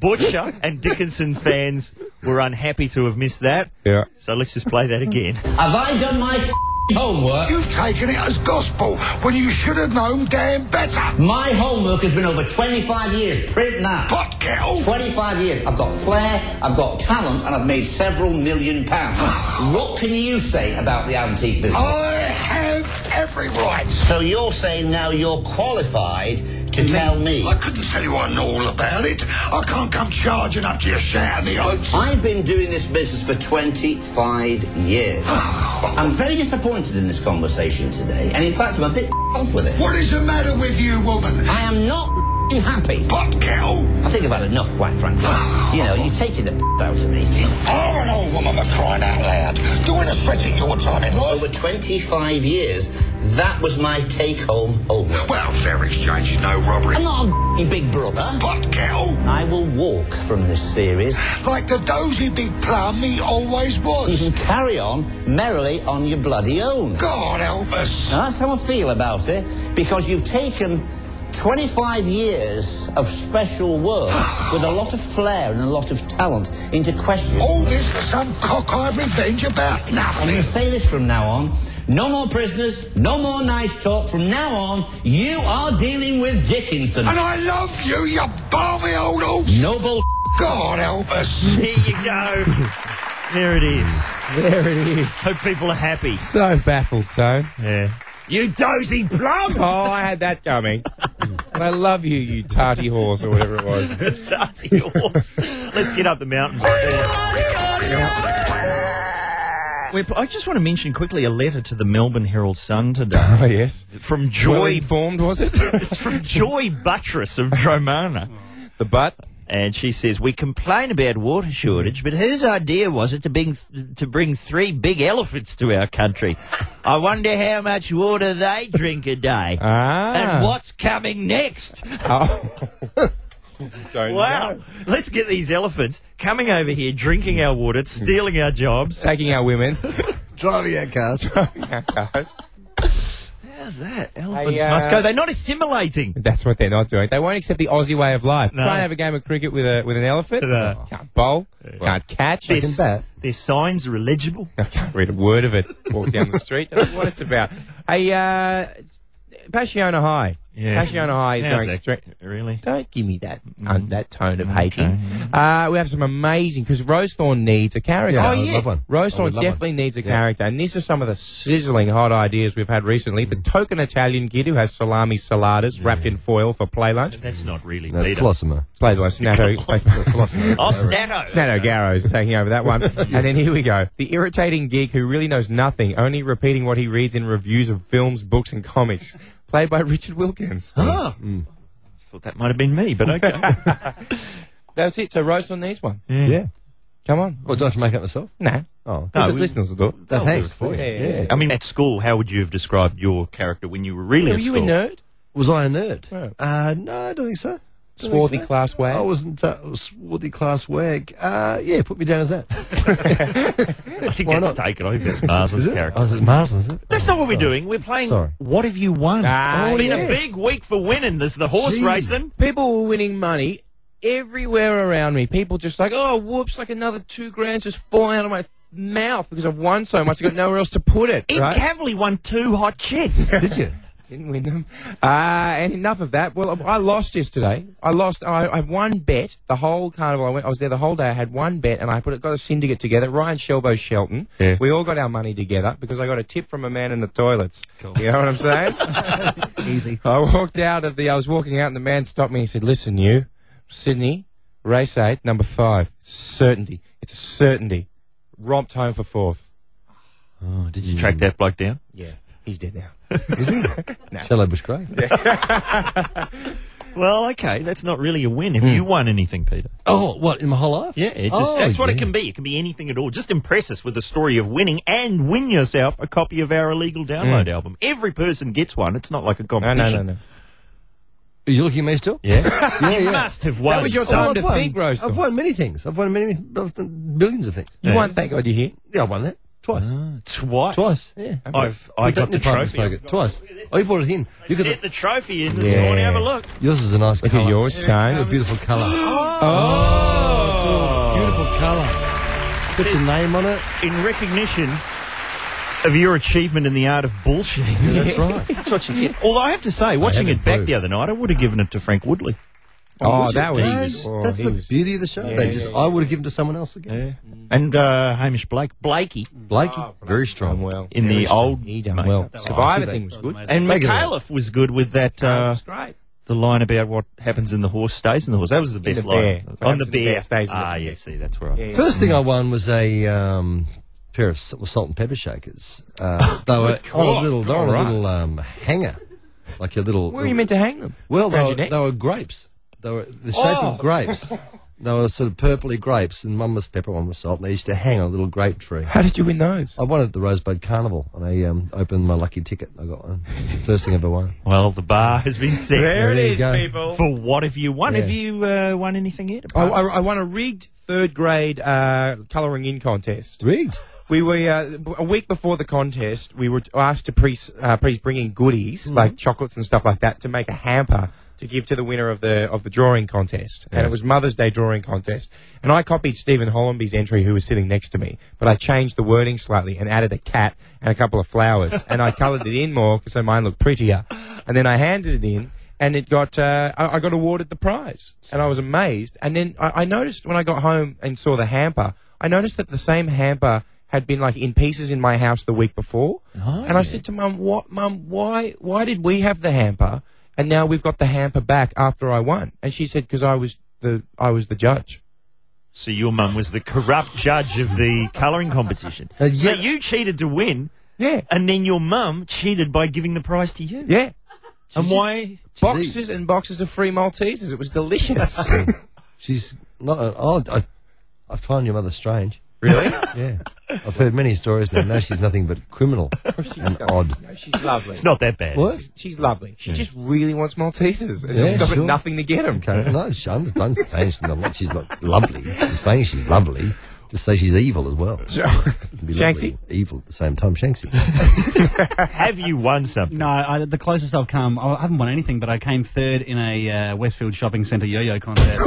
Butcher and Dickinson fans were unhappy to have missed that. Yeah. So let's just play that again.
Have I done my f- homework?
You've taken it as gospel when you should have known damn better.
My homework has been over 25 years. Print now. Pot kettle. 25 years. I've got flair, I've got talent, and I've made several
(sighs)
million pounds. what can you say about the antique business?
I have every right.
So you're saying now you're qualified to tell me?
I couldn't tell you I know all about it. I can't come charging up to your shout in the oats.
I've been doing this business for 25
(sighs)
years. I'm very disappointed in this conversation today, and in fact, I'm a bit off with it.
What is the matter with you, woman?
I am not happy.
Pot kettle.
I think I've had enough, quite frankly. you know, you're taking the out of me.
Are Oh, an old woman for crying out loud. Doing a stretch at your time in life.
Over 25 years, that was my take home homework.
Well, fair exchange is no robbery.
I'm not a big brother.
Pot kettle.
I will walk from this series.
Like the dozy big plum he always
You
was.
can carry on merrily on your bloody own.
God help us.
Now that's how I feel about it, because you've taken 25 years of special work with a lot of flair and a lot of talent into question.
All this for some cockeyed revenge about
I'm going
nothing.
to say this from now on. No more prisoners, no more nice talk. From now on, you are dealing with Dickinson.
And I love you, you balmy old horse.
Noble.
God help us.
There you go. There it is. There it is. Hope people are happy.
So baffled, Tone.
Yeah. You dozy plum!
Oh, I had that coming. and I love you, you tarty horse, or whatever it
(laughs)
was.
Dirty horse. Let's get up the mountain. We're- I just want to mention quickly a letter to the Melbourne Herald Sun today. Oh,
yes.
(laughs) From
Well
Joy.
informed, was it?
(laughs) it's from Joy Buttress of Dromana.
The butt.
And she says, We complain about water shortage, but whose idea was it to bring, to bring three big elephants to our country? I wonder how much water they drink a day.
Ah.
And what's coming next?
Oh. (laughs) Don't
Wow. Let's get these elephants coming over here, drinking our water, stealing our jobs.
Taking our women. (laughs)
Driving our cars.
How's that? Elephants
Hey, uh,
must go. They're not assimilating.
That's what they're not doing. They won't accept the Aussie way of life.
No.
Try and have a game of cricket with a with an elephant.
No.
Can't bowl. Can't catch.
Their,
can bet.
their signs are illegible.
I can't read a word of it. Walk down the street. I don't know what it's about. Hey, uh, Passiona High.
Yeah.
Passiona High is
How's
going
that?
straight.
Really?
Don't give me that uh, that tone of hating. Uh, we have some amazing because Rosethorn needs a character.
Yeah, I would love one. I
Rosethorn
would love
definitely needs a character, and these are some of the sizzling hot ideas we've had recently. The token Italian kid who has salami saladas wrapped in foil for play lunch,
That's not really
That's
Peter.
Blossomer.
played by Snato. (laughs)
Blossomer.
Oh, Snato.
Snato Garrow is taking over that one. And then here we go. The irritating geek who really knows nothing, only repeating what he reads in reviews of films, books, and comics. Played by Richard Wilkins.
Ah.
Mm.
Thought that might have been me, but okay.
(laughs)
That's it. So roast on these one.
Yeah.
Come on.
What, do I have to make up myself?
Nah.
Oh.
No,
the
we-
listeners will do it.
That
I'll do it
thanks.
for you.
Yeah.
yeah.
I mean, at school, how would you have described your character when you were really
Were
at
you
school?
a nerd?
Was I a nerd?
Yeah.
Uh, no, I don't think so. Don't think
Swarthy
so.
class wag?
I wasn't uh, swarthy class wag. Uh, yeah, put me down as that.
I think
Why
that's
not?
taken. I think that's Marsden's
I
character.
was at Marsden's. Oh, Is it?
That's not what we're doing. We're playing
Sorry.
What Have You Won?
Ah,
it's been
yes.
a big week for winning. There's the horse
Gee.
racing.
People were winning money everywhere around me. People just like, oh, whoops, like another two grand's just falling out of my mouth because I've won so much. I've got nowhere else to put it.
Ed
right?
Cavalier won two hot chicks.
Did you?
Didn't win them. Uh, and enough of that. Well, I lost yesterday. I lost. I, I had one bet. The whole carnival. I went. I was there the whole day. I had one bet, and I put it. Got a syndicate together. Ryan Shelbo Shelton.
Yeah.
We all got our money together because I got a tip from a man in the toilets. You know what I'm saying?
(laughs)
Easy.
I walked out of the. I was walking out, and the man stopped me. He said, "Listen, you, Sydney, race eight, number five. It's a certainty. It's a certainty.
romped home for fourth.
Oh, did you track that bloke down?
Yeah, he's dead now.
Is he? Shallow bush grave.
Well, okay, that's not really a win. Have you won anything, Peter?
(laughs) Oh, what in my whole life?
Hmm. Yeah, it's just,
Oh,
that's what it
yeah.
can be. It can be anything at all. Just impress us with the story of winning and win yourself a copy of our illegal download
Mm.
album. Every person gets one. It's not like a
no,
competition.
no. Are you looking at me still?
Yeah.
(laughs) yeah,
You
yeah.
must have won. That was your time
I've
to
won.
think, Roastel.
I've won many things. I've won many billions of things.
You Yeah. won, thank
God you're here.
Yeah, I won that twice.
twice.
Twice. Yeah.
I've- Ah. I
Put that
got the
in your partner's
trophy.
pocket. Twice. Oh, you brought it in. Look at
Set the trophy in
the-
this morning. Have a look.
Yours is a nice look
at yours, Tone.
A beautiful colour.
Oh.
it's all beautiful colour. Put your name on it.
In recognition of your achievement in the art of bullshitting. (laughs)
Yeah, that's right.
that's what you get. Although I have to say, watching it back the other night, I would have given it to Frank Woodley.
Oh,
Oh,
would you? That's, that's the beauty of the show.
Yeah,
they
yeah,
just,
yeah.
I would have given it to someone else again.
And uh, Hamish Blake, Blakey,
Blakey, very strong.
well
in the old
He done
makeup.
well.
That
Survivor
was-
thing was good.
And
Make it up.
McAuliffe was good with that. Uh,
great.
The line about what happens in the horse stays in the horse. That was the best
the
line.
bear.
On the
Happens in the
bear.
bear, stays in the
ah, yeah, see, that's right.
First thing I won was a um, pair of s- well, salt and pepper shakers. Uh, they were
Good
on a
God.
little, they were on a
Alright.
little um, hanger, like a little.
Where are you meant to hang them?
Well, they
Around
were,
your neck?
they were grapes. They were the shape
Oh.
of grapes. They were sort of purpley grapes, and one was pepper, one was salt, and they used to hang on a little grape tree.
How did you win those?
I won at the Rosebud Carnival, and I um, opened my lucky ticket. I got one. First thing I ever won.
Well, the bar has been set.
There it There you is, go.
people.
For what have you won?
Yeah.
Have you uh, won anything yet?
I, I, I won a rigged third grade uh, colouring in contest.
Rigged?
We were uh, b- a week before the contest. We were asked to pre uh, please bring in goodies like chocolates and stuff like that to make a hamper to give to the winner of the of the drawing contest. And
Yeah.
it was Mother's Day drawing contest. And I copied Stephen Hollenby's entry, who was sitting next to me, but I changed the wording slightly and added a cat and a couple of flowers, and I coloured it in more 'cause so mine looked prettier. And then I handed it in and it got uh, I, I got awarded the prize, and I was amazed. And then I, I noticed when I got home and saw the hamper, I noticed that the same hamper had been like in pieces in my house the week before. and I said to Mum, "What, Mum? Why? Why did we have the hamper, and now we've got the hamper back after I won?" And she said, "Because I was the I was the judge."
So your mum was the corrupt judge of the colouring competition.
Uh,
So you cheated to win.
Yeah.
And then your mum cheated by giving the prize to you.
Yeah.
And why?
Boxes and boxes of free Maltesers. It was delicious.
She's not. An, oh, I, I find your mother strange.
really?
(laughs) Yeah. I've heard many stories now. No, she's nothing
(laughs)
but criminal and odd.
(laughs) No, she's lovely.
It's not that bad.
What?
She's, she's lovely. She just really wants Maltesers. And she'll
Yeah,
stop
sure.
at nothing to get them.
Okay, no, she- I'm, just- I'm saying she's not, she's not lovely. I'm saying she's lovely. Just say she's evil as
(laughs)
well. Be
Shanksy?
lovely, Evil at the same time, Shanksy.
Have you won something?
No, I, the closest I've come, I haven't won anything, but I came third in a uh, Westfield Shopping Centre yo-yo (laughs) contest.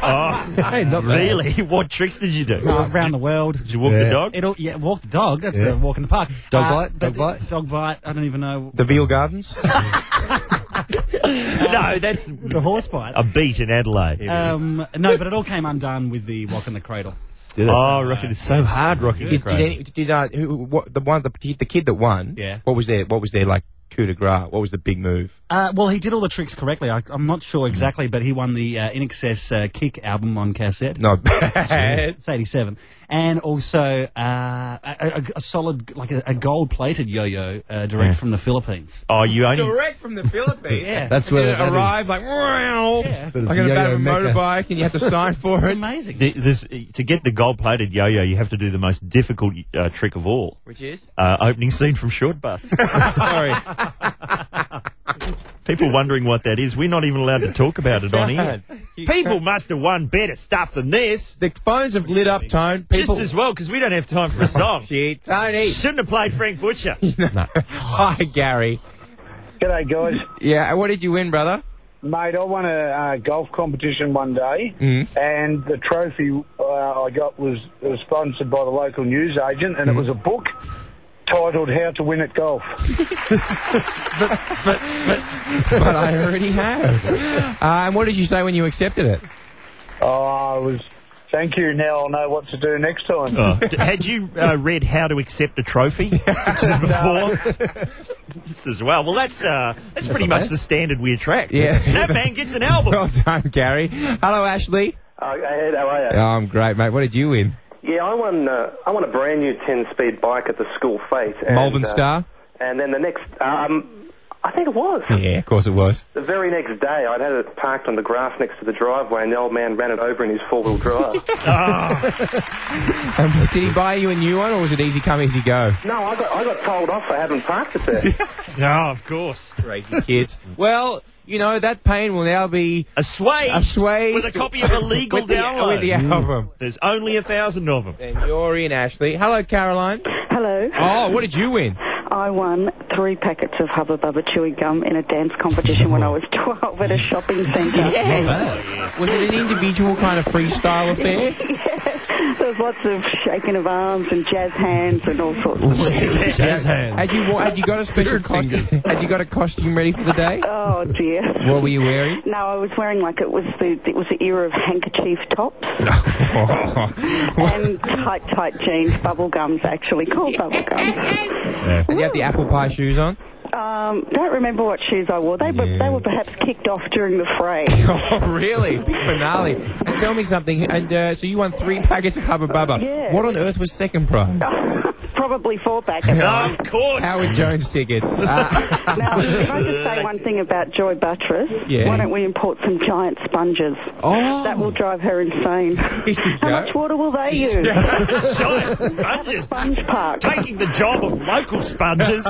hey, not
really? (laughs) What tricks did you do?
Uh, around the world.
Did you walk the
Yeah.
dog?
It'll, yeah, walk the dog. That's
Yeah.
a walk in the park.
Dog
Uh,
bite? Dog
but-
bite?
Dog bite. I don't even know.
The Veal Gardens?
no, that's
The horse bite.
a beat in Adelaide.
Um, no, but it all came undone with the walk in the cradle.
Did it?
oh, Rocky, it's so hard, Rocky.
Did, did, any, did uh, who, what, the one the, the kid that won?
Yeah.
What was their What was their like coup de grace? What was the big move?
Uh, well, he did all the tricks correctly. I, I'm not sure exactly, but he won the uh, In Excess uh, Kick album on cassette.
No (laughs) bad.
It's 87. And also uh, a, a, a solid, like a, a gold plated yo yo uh, direct from the Philippines.
Oh, you only.
from the Philippines. yeah.
That's where that is.
like wow.
Yeah.
But it's
I got a
yo-yo
bad
mecca.
motorbike, and you have to sign for
It's
it.
amazing.
Th- This, to get the gold-plated yo-yo, you have to do the most difficult uh, trick of all.
Which is
Uh, opening scene from Short Bus.
(laughs) sorry.
People wondering what that is. We're not even allowed to talk about it on air.
You
People must have won better stuff than this.
The phones have lit up. Tone people.
Just as well, because we don't have time for a song.
(laughs) Shit, Tony.
Shouldn't have played Frank
(laughs)
Butcher.
Hi, Gary.
G'day, guys.
Yeah. What did you win, brother?
Mate, I won a uh, golf competition one day,
Mm.
and the trophy uh, I got was, was sponsored by the local newsagent, and it was a book titled How to Win at Golf.
but I already have. Uh, and what did you say when you accepted it? (laughs)
Oh, I was, thank you, now I'll know what to do next time.
Oh, d- had you uh, read How to Accept a Trophy
(laughs)
just before? Just as well. Well, that's uh, that's pretty much the standard we attract.
Yeah.
That man gets an
(laughs)
album.
Well done, Gary. Hello, Ashley.
Uh, how are you?
Oh, I'm great, mate. What did you win?
Yeah, I won. Uh, I won a brand new ten-speed bike at the school fete. And,
Malvern
uh,
Star?
and then the next, um, I think it was
Yeah, of course it
(laughs)
was.
the very next day. I'd had it parked on the grass next to the driveway, and the old man ran it over in his four-wheel drive.
Um, did he buy you a new one, or was it easy come, easy
(laughs)
go?
No, I got I got told off for having parked it there.
No, of course.
Crazy kids. Well, you know, that pain will now be...
Assuaged.
Assuaged.
With a copy of a legal
With the-
download.
With the album.
There's only a thousand of them.
And you're in, Ashley. Hello, Caroline.
Hello.
Oh, what did you win?
(laughs) I won three packets of Hubba Bubba chewing gum in a dance competition when I
(laughs)
was 12 at a shopping centre.
Was it an individual kind of freestyle affair?
There was lots of shaking of arms and jazz hands and all sorts of things.
Had you, wa- had you (laughs) got a special costume? Had you got a costume ready for the day?
Oh dear.
What were you wearing?
No, I was wearing like it was the it was the era of handkerchief tops
(laughs)
and tight tight jeans, bubble gums actually called bubble gums.
Did you have the apple pie shoes on?
Um, don't remember what shoes I wore. They were they were perhaps kicked off during the fray. (laughs)
Oh, really? Big finale. And tell me something. And uh, so you won three packets of Hubba Bubba.
Yeah.
What on earth was second prize?
Probably four back at the time.
course.
Howard Jones tickets. Uh,
Now, if I could say one thing about Joy Buttress,
Yeah.
why don't we import some giant sponges?
Oh.
That will drive her insane. How much water will they use?
Giant sponges.
Sponge park.
Taking the job of local
(laughs)
sponges.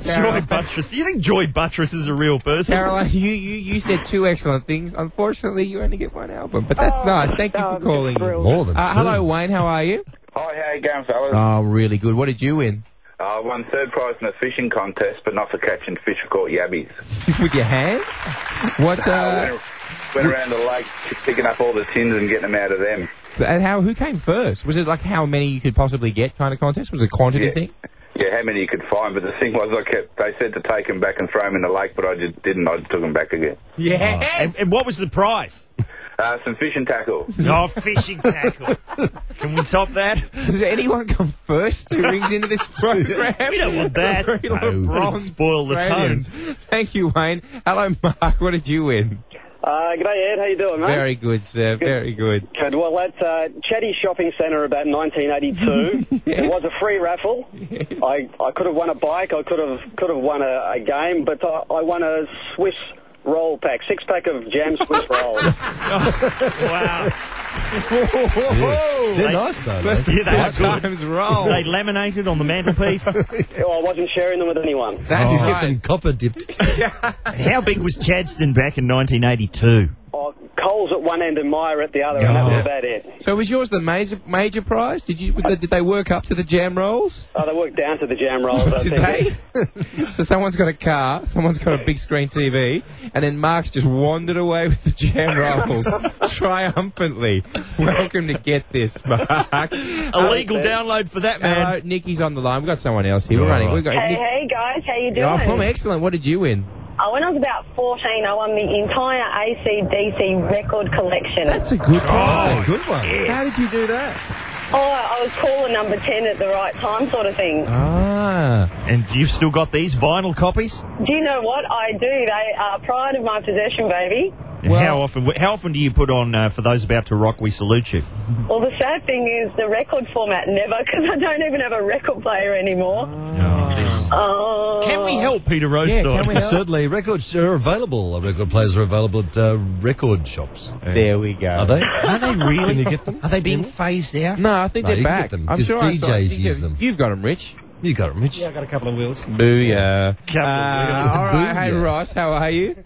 Joy Buttress. Do you think Joy Buttress is a real person?
Caroline, (laughs) you, you, you said two excellent things. Unfortunately, you only get one album, but
Oh,
that's nice. Thank you
Oh,
for calling. More
than
uh,
two.
Hello, Wayne. How are you?
Hi, how you going, fellas?
Oh, really good. What did (laughs) you win?
I won third prize in a fishing contest, but not for catching fish. I caught yabbies.
With your (laughs) hands? What?
I
Uh,
went, went around the lake picking up all the tins and getting them out of them.
and how? Who came first? Was it like how many you could possibly get kind of contest? Was it a quantity
Yeah.
thing? (laughs)
Yeah, how many you could find, but the thing was, I kept. They said to take them back and throw them in the lake, but I just didn't. I just took them back again.
Yeah. and, and what was the prize?
Uh, some fishing tackle.
Oh, fishing tackle. Can we top that?
Does anyone come first who rings into (laughs) this program?
We don't want that.
Sorry,
No.
LeBron
That'd spoil the
Australians. Thank you, Wayne. Hello, Mark. What did you win?
Uh,
Oh.
g'day, Ed. How you doing, mate?
Very good, sir. Very good.
Good. Well, that's uh, Chatty Shopping Centre about
(laughs)
1982. It was a free raffle. I, I could have won a bike. I could have could have won a, a game, but I, I won a Swiss roll pack, six pack of jam Swiss rolls.
wow.
Whoa.
They're
(laughs)
nice though.
Yeah,
mate.
they are good.
times roll.
They laminated on the mantelpiece.
Well, I wasn't sharing them with anyone.
That's
Oh.
Just
right.
get them copper dipped.
How big was Chadston back in 1982?
Oh, Coles at one end and Meyer at the other, and that was about it.
So was yours the major major prize? Did you did they work up to the jam rolls?
Oh, they worked down to the jam rolls. I
Did
think.
So someone's got a car, someone's got a big screen TV, and then Mark's just wandered away with the jam
(laughs)
rolls triumphantly. Welcome to get this, Mark.
Illegal download for that man.
Hello, Nikki's on the line. We've got someone else here. We're running. We've got
Hey,
Nick-
hey guys, how you doing?
Oh, from excellent. What did you win?
Oh, when I was about 14, I won the entire ACDC record collection.
That's a good prize.
Oh,
That's a good one.
How
did you do that?
Oh, I was caller number 10 at the right time sort of thing.
Ah.
And you've still got these vinyl copies?
Do you know what? I do. They are pride of my possession, baby.
how often? How often do you put on uh, for those about to rock? We salute you.
Well, the sad thing is the record format never, (laughs) because I don't even have a record player anymore. Oh.
Can we help Peter Rose?
(laughs) Certainly, records are available. Uh, Record players are available at uh, record shops.
(laughs) There we go.
Are they?
Are they really?
Can you get them?
Are they being phased out?
No, I think
No,
they're
you can
back.
get them,
I'm
'cause
sure I saw- I
DJs
think
use
you've-
them.
You've got them, Rich.
You got them, Rich.
Yeah, I got a couple of wheels.
Booyah. Uh,
Booyah.
all right, hey,
Booyah.
Ross, how are you?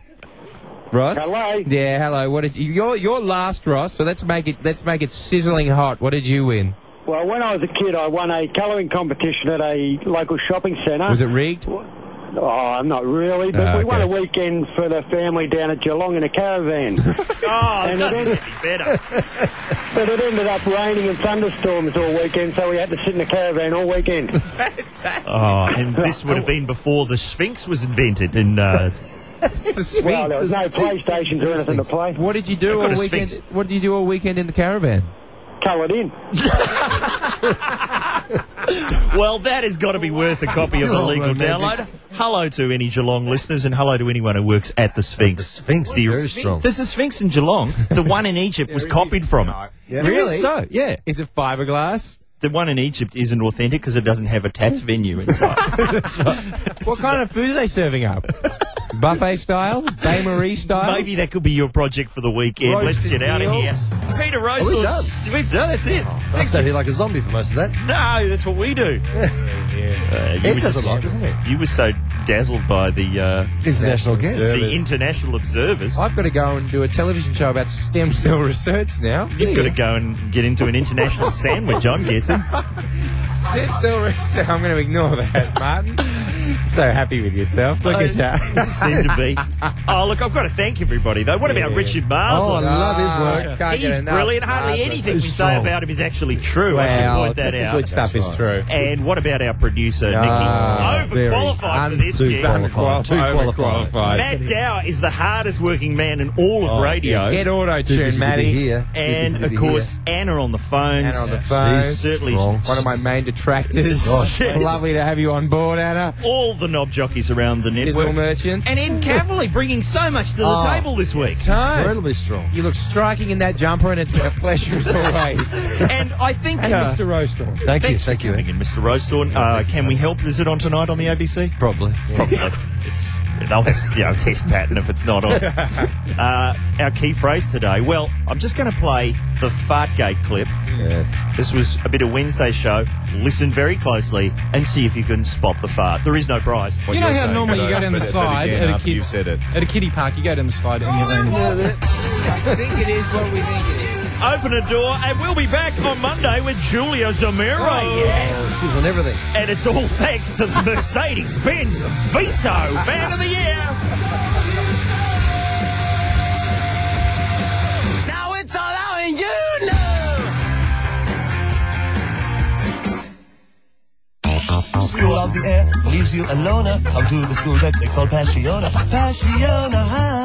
Ross?
Hello.
Yeah, hello. What did you, you're, you're last, Ross, so let's make it, let's make it sizzling hot. What did you win?
Well, when I was a kid, I won a colouring competition at a local shopping centre.
Was it rigged?
Oh, I'm not really, but
Ah,
we won a
okay.
weekend for the family down at Geelong in a
(laughs)
caravan.
(laughs) Oh,
And
it
it
doesn't
is.
get any better.
but it ended up raining and thunderstorms all weekend, so we had to sit in a caravan all weekend.
Oh, and this would have been before the Sphinx was invented in. Uh,
Well, there was no PlayStations or anything to play.
What did you do
Got a
all weekend?
Sphinx.
What did you do all weekend in the caravan?
Coloured in.
well, that has got to be worth a copy of the
Oh,
legal
romantic.
download. Hello to any Geelong listeners, and hello to anyone who works at the Sphinx. The
Sphinx, very strong.
There's a Sphinx in
(laughs)
Geelong. The one in Egypt was copied from it.
Yeah.
There is
Really?
so, yeah.
Is it fiberglass?
The one in Egypt isn't authentic because it doesn't have a Tats
Oh.
venue
(laughs)
inside.
What kind of food are they serving up? Buffet style? Bain Marie style?
Maybe that could be your project for the weekend.
Roast
Let's
and
get out of here.
meals.
Peter Rose.
Oh, we're done. Oh.
We've done. That's it.
I sat here like a zombie for most of that.
No, that's what we do. Uh, you
It
were
does
just-
a lot, doesn't it?
You were so dazzled by the uh,
International guest.
the international observers.
I've got to go and do a television show about stem cell research now.
You've got to go and get into an
(laughs)
international sandwich, I'm guessing.
Stem cell research. I'm going to ignore (laughs) that, Martin. so happy with yourself. Look at
You
you.
(laughs) seem to be. Oh, look, I've got to thank everybody, though. What about
Yeah.
Richard Marsden?
Oh, I love his work. Ah, can't get
He's
enough.
brilliant. Hardly
Marsden.
anything we
He's
say
strong.
about him is actually true. I should
Well,
point that
just the
out.
good stuff That's is right. true.
And what about our producer,
Ah,
Nicky?
very
Overqualified for this
un-
gig.
Overqualified. Too qualified. Overqualified.
Matt Dow is the hardest working man in all of
Oh,
radio.
yeah. Get auto-tune, Too busy to be Matty. here. Too busy
And,
to
of
be
course, Anna on the phone.
Anna on the phone.
She's certainly
one of my main (laughs) detractors.
Gosh.
Lovely to have you on board, Anna.
all the knob jockeys around the
Sizzle
network.
merchant.
And Ed Cavalier bringing so much to the
Oh,
table this week.
Time.
Incredibly strong.
You look striking in that jumper, and it's been a pleasure as always. (laughs)
And I think.
and
uh,
Mr. Roastor.
Thank
Thanks
you, thank you.
coming in, Mr. Rosethorn. Uh, can we help? Is it on tonight on the ABC?
Probably.
(laughs) Probably. it's, they'll have to, you know, test pattern if it's
(laughs)
not on. uh, our key phrase today. Well, I'm just going to play the Fartgate clip.
Yes.
This was a bit of Wednesday show. Listen very closely and see if you can spot the fart. There is no prize.
you know how normally you go down the slide at a kid, at a kiddie park. You go down the slide and you land.
I think Oh, it is what we think it is.
Open a door, and we'll be back on Monday with Julia Zamiro.
Oh,
She's on everything.
And it's all thanks to the Mercedes Benz Vito Man of the Year.
Now it's all out and you know. School of the air leaves you a loner. Come to the school that they call Passiona. Passiona High.